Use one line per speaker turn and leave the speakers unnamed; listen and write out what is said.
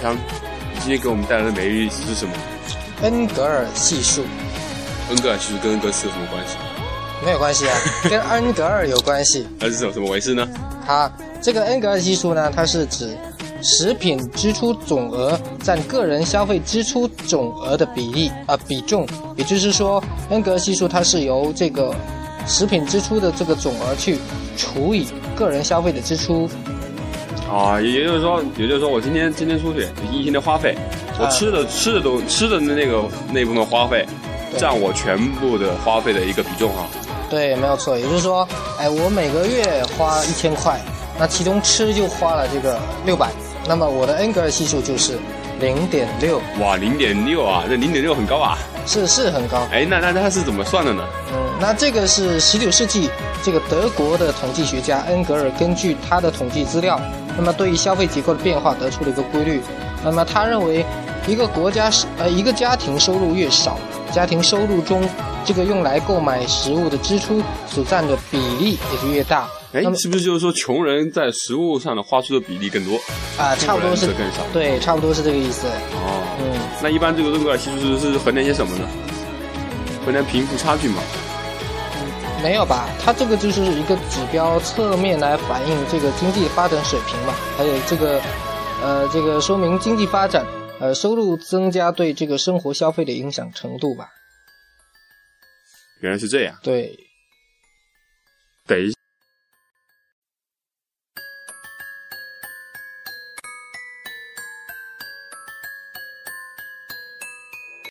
他今天给我们带来的每日一词是什么？
恩格尔系数
恩格尔系数跟恩格斯有什么关系？
没有关系啊，跟恩格尔有关系。
它是怎么怎么回事呢？
它这个恩格尔系数呢，它是指食品支出总额占个人消费支出总额的比例啊、比重，也就是说，恩格尔系数它是由这个食品支出的这个总额去除以个人消费的支出。
啊，也也就是说，也就是说，我今天今天出去一天的花费，我
啊
吃的、吃的都吃的那个那部分花费，
对
占我全部的花费的一个比重哈。
对，没有错。也就是说，哎，我每个月花一千块，那其中吃就花了这个六百，那么我的恩格尔系数就是零点六，
哇，零点六啊，这零点六很高啊。
是是很高。
哎，那那它是怎么算的呢？
嗯，那这个是十九世纪这个德国的统计学家恩格尔根据他的统计资料，那么对于消费结构的变化得出了一个规律。那么他认为，一个国家是呃一个家庭收入越少，家庭收入中这个用来购买食物的支出所占的比例也就越大。
哎
那，么
是不是就是说穷人在食物上的花出的比例更多？
啊、差不多是
富人则更少
对，差不多是这个意思。
哦，
嗯，
那一般这个恩格尔系数是衡量些什么呢？衡量贫富差距嘛。
没有吧？它这个就是一个指标侧面来反映这个经济发展水平嘛，还有这个，呃，这个说明经济发展，呃，收入增加对这个生活消费的影响程度吧。
原来是这样。
对，
等一